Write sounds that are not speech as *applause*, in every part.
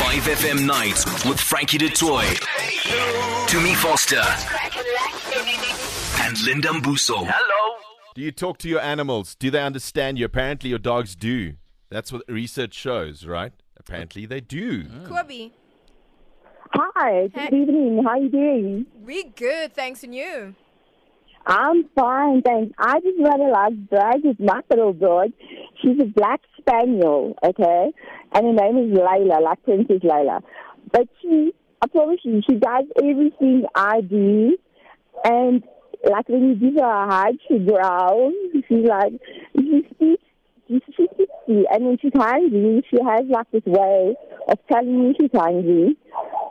Live FM night with Frankie DeToy, Tumi Foster, and Linda Mbuso. Do you talk to your animals? Do they understand you? Apparently, your dogs do. That's what research shows, right? Apparently, they do. Kwabi, Hi, good Hey. evening. How you doing? we good, thanks, and you? I'm fine, thanks. I just want to like brag with my little dog. She's a black spaniel, okay? And her name is Layla, like Princess Layla. But she, I promise you, she does everything I do. And like when you give her a hug, she growls. She's like, she speaks, she she speaks to you. And when she's hungry, she has like this way of telling you she's hungry.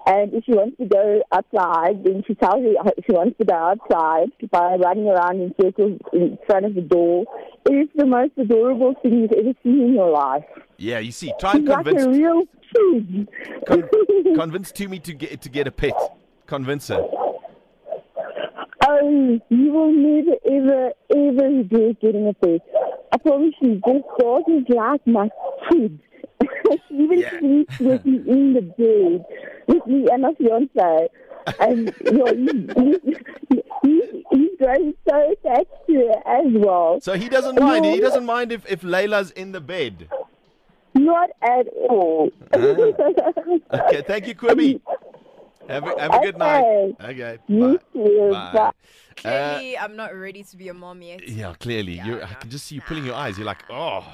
And if she wants to go outside, then she tells you she wants to go outside by running around in circles in front of the door. It is the most adorable thing you've ever seen in your life. Yeah, you see, try and She's like a convince real pig. *laughs* con- convince Tumi to get to get a pet. Convince her. Oh, you will never, ever, ever regret getting a pet. I promise you, this dog is like my kid. *laughs* she even Yeah. sleeps with me *laughs* in the bed, with me and my fiance. And you know, he, he, he, he's grown so attached to her as well. So he doesn't mind. He doesn't mind if if Layla's in the bed. Not at all. Ah. *laughs* Okay, thank you, Quibby. Have a, have a good night. Okay, You too. bye. bye. Uh, Clearly, I'm not ready to be a mom yet. Yeah, clearly. you I yeah. can just see you pulling your eyes. You're like, oh,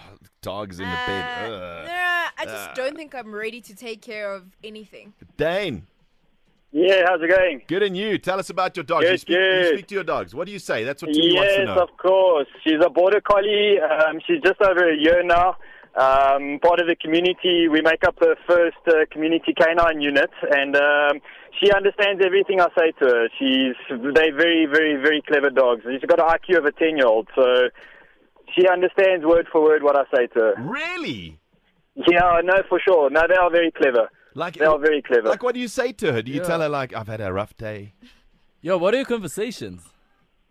dog's in the Uh, bed. Ugh. nah, I just uh. Ugh. don't think I'm ready to take care of anything. Dane, Yeah, how's it going? good and you. Tell us about your dogs. you, Good, speak, you good. speak to your dogs. What do you say? That's what Timmy wants to Yes, know. of course. She's a border collie. Um, she's just over a year now. Um, part of the community. We make up the first uh, community canine unit, and um, she understands everything I say to her. She's they're very, very, very clever dogs. She's got an IQ of a ten-year-old, so she understands word for word what I say to her. Really? Yeah, I know for sure. No, they are very clever. Like, They are very clever. like, what do you say to her? Do you Yeah. tell her, like, I've had a rough day? Yo, what are your conversations?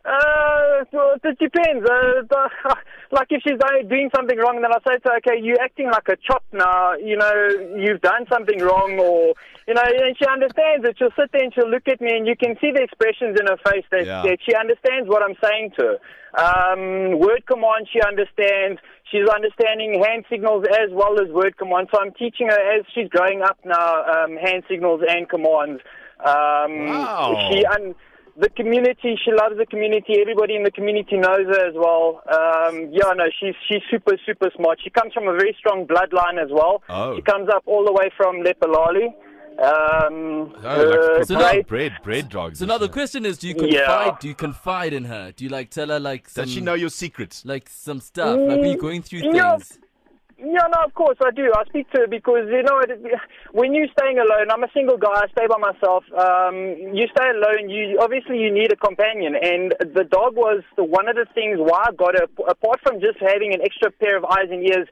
Uh, well, it depends. Uh, the- *laughs* like if she's uh, doing something wrong, then I say to her, okay, you're acting like a chop now. You know, you've done something wrong, or you know, and she understands it. She'll sit there and she'll look at me, and you can see the expressions in her face that, Yeah. that she understands what I'm saying to her. Um, word command, she understands. She's understanding hand signals as well as word command. So I'm teaching her as she's growing up now, um, hand signals and commands. Um, Wow. She un- the community. She loves the community. Everybody in the community knows her as well. Um, yeah, no, she's she's super super smart. She comes from a very strong bloodline as well. Oh. She comes up all the way from Lepalali. Um, Oh, her like, So bread, now- bread, bread dogs. So and now the shit. question is, do you confide? Yeah. Do you confide in her? Do you like tell her like some, Does she know your secrets? like some stuff? Like when you're going through Yeah. things. Yeah, no, of course I do. I speak to her because you know it- when you're staying alone. I'm a single guy. I stay by myself. Um, you stay alone. You obviously you need a companion, and the dog was the, one of the things why I got her. Apart from just having an extra pair of eyes and ears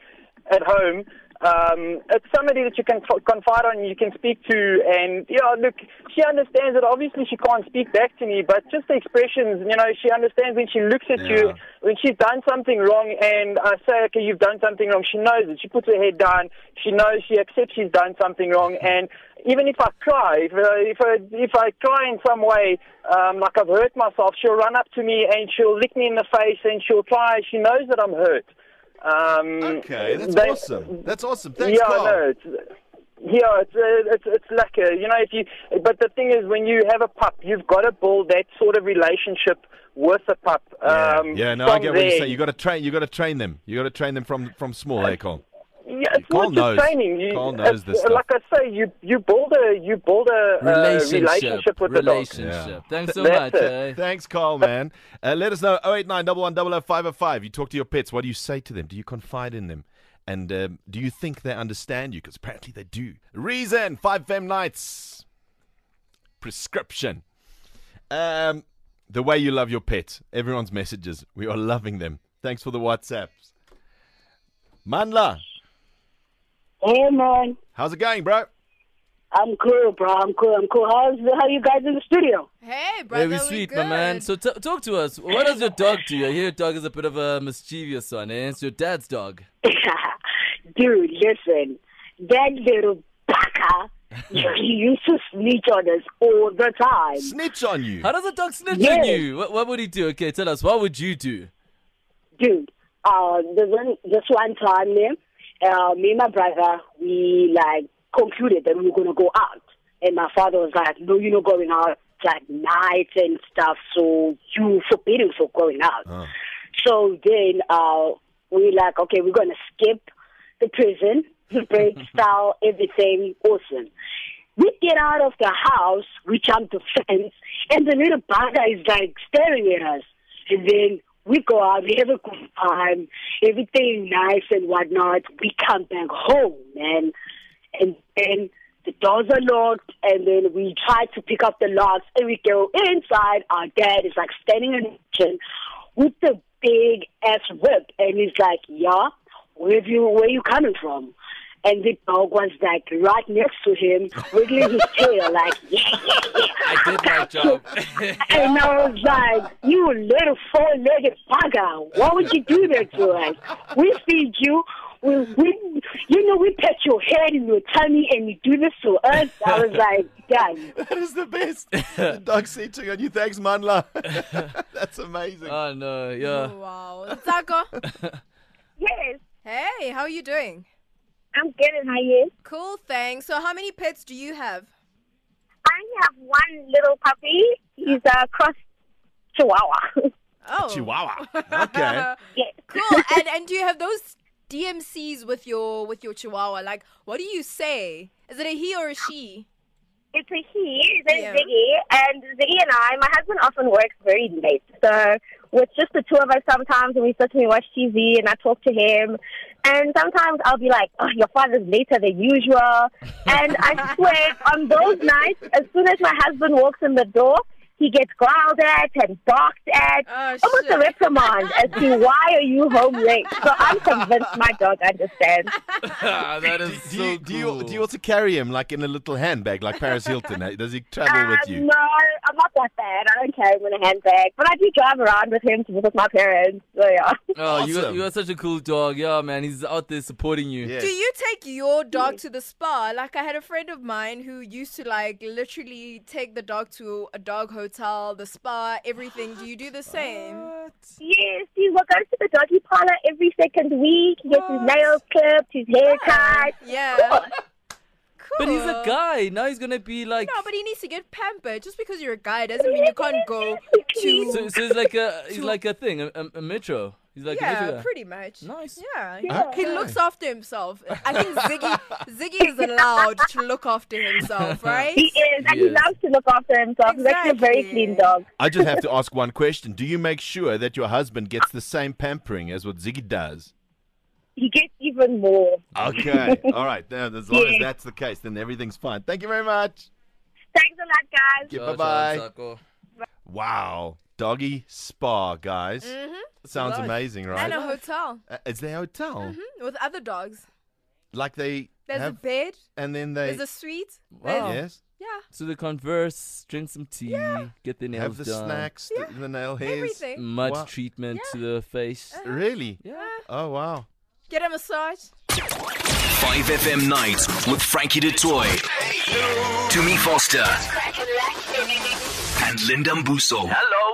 at home, um, it's somebody that you can t- confide on, you can speak to, and you know, look, she understands that. Obviously, she can't speak back to me, but just the expressions, you know, she understands when she looks at you Yeah. when she's done something wrong and I say, okay, you've done something wrong, she knows it. She puts her head down. She knows she accepts she's done something wrong. And even if I cry, if, uh, if, I, if I cry in some way, um, like I've hurt myself, she'll run up to me and she'll lick me in the face and she'll try. She knows that I'm hurt. Um, Okay, that's they- awesome. That's awesome. Thanks, yeah, Carl. I know. It's, yeah, it's, uh, it's it's like a you know if you but the thing is when you have a pup you've got to build that sort of relationship with a pup. Um, yeah, no, I from get what there. you're saying. You got to train. You got to train them. You got to train them from from small. *laughs* Hey, Carl. Yeah, it's Carl not just knows. training. You, Carl knows it's- this stuff. Like I say, you you build a you build a Relationship. uh, relationship with the dog. relationship. Yeah. Thanks so That's much. it. eh? Thanks, Carl, man. Uh, let us know 089 1100505. You talk to your pets. What do you say to them? Do you confide in them? And um, do you think they understand you? Because apparently they do. Reason 5 fem nights. Prescription. Um, the way you love your pet. Everyone's messages. We are loving them. Thanks for the WhatsApps. Manla, Hey, man. how's it going, bro? I'm cool, bro. I'm cool. I'm cool. How's, how you guys in the studio? Hey, brother, Very we sweet, good. my man. So uh, t- talk to us. What does your dog do? I hear your dog is a bit of a mischievous one, eh? It's your dad's dog. *laughs* Dude, listen. That little baka You *laughs* used to snitch on us all the time. Snitch on you. How does a dog snitch on Yes. you? What, what would he do? Okay, tell us. What would you do? dude, uh, the one, this one time, yeah, uh, me and my brother, we like concluded that we were gonna go out, and my father was like, "No, you're not going out like nights and stuff, so you forbidden for going out." So then uh, we like, okay, we're gonna skip the prison, the break style, everything, awesome. We get out of the house, we jump the fence, and the little bugger is like staring at us. And then we go out, we have a good time, everything nice and whatnot. We come back home, man. And then the doors are locked, and then we try to pick up the locks, and we go inside. Our dad is like standing in the kitchen with the big ass whip, and he's like, "Yeah, where you where you coming from?" And the dog was like right next to him, wiggling his tail, like, "Yeah, yeah, yeah." I did my job. And I was like, you little four legged bugger, why would you do that to us? We feed you. We, we, you know, we pet your head and your tummy and you do this to us. I was like, done. That is the best. the dog snitching on you. Thanks, Manla. That's amazing. *laughs* oh *laughs* no, yeah. *laughs* wow. Taco. Yes, hey, how are you doing? I'm good and I is. Cool, thanks. So, how many pets do you have? I have one little puppy. He's a cross chihuahua. *laughs* Oh, Chihuahua. *laughs* Okay. yes. cool. and and do you have those DMCs with your with your Chihuahua? Like, what do you say? Is it a he or a she? It's a he, there's Yeah. Ziggy, and Ziggy and I, my husband often works very late. So with just the two of us sometimes and we sit and we watch TV and I talk to him and sometimes I'll be like, Oh, your father's later than *laughs* usual and I swear on those nights, as soon as my husband walks in the door, he gets growled at and barked at. Oh, almost shit. a reprimand as to why are you home late. So I'm convinced my dog understands. that is Do so you, do, cool. you, do you also carry him like in a little handbag, like Paris Hilton? Eh? Does he travel Um, Uh, with you? No, I'm not that bad. I don't carry him in a handbag, but I do drive around with him to visit my parents. So yeah. oh, you got, Awesome. you got such a cool dog. Yeah, man, he's out there supporting you. Yeah. Do you take your dog Mm. to the spa? Like I had a friend of mine who used to like literally take the dog to a dog hotel, the spa, everything. Do you do the same? Yes, he will go to the doggy parlor every second week. He gets his nails clipped, his hair cut. Yeah. Cool. But he's a guy. Now he's gonna be like. Uh. No, but he needs to get pampered. Just because you're a guy doesn't mean you can't go *laughs* to. so, so he's like a *laughs* he's like a thing, a, a, a metro. He's like a metro yeah, guy. pretty much. Nice. Yeah, he looks after himself. I think *laughs* Ziggy Ziggy is allowed to look after himself, right? He is, and he Yes. loves to look after himself. He's actually a very Exactly. clean dog. I just have to ask one question. Do you make sure that your husband gets the same pampering as what Ziggy does? He gets even more. *laughs* Okay. All right. Now, as long as Yeah. that's the case, then everything's fine. Thank you very much. Thanks a lot, guys. Okay, Ciao, ciao, bye-bye. Sako. Wow. Doggy spa, guys. Mm-hmm. Sounds Nice. amazing, right? And a hotel hmm, Uh, It's their hotel. with other dogs. Like they Mm-hmm. There's have, a bed. and then they There's a suite. Wow. yes, Yeah, So they converse, drink some tea, get their have nails the done. snacks, the, the nail hairs. everything. Mud Wow. treatment to the face. Uh, Really? Yeah. Oh wow. Get a massage. 5FM Nights with Frankie DeToy, Toomey Foster, and Linda Mbuso. Hello.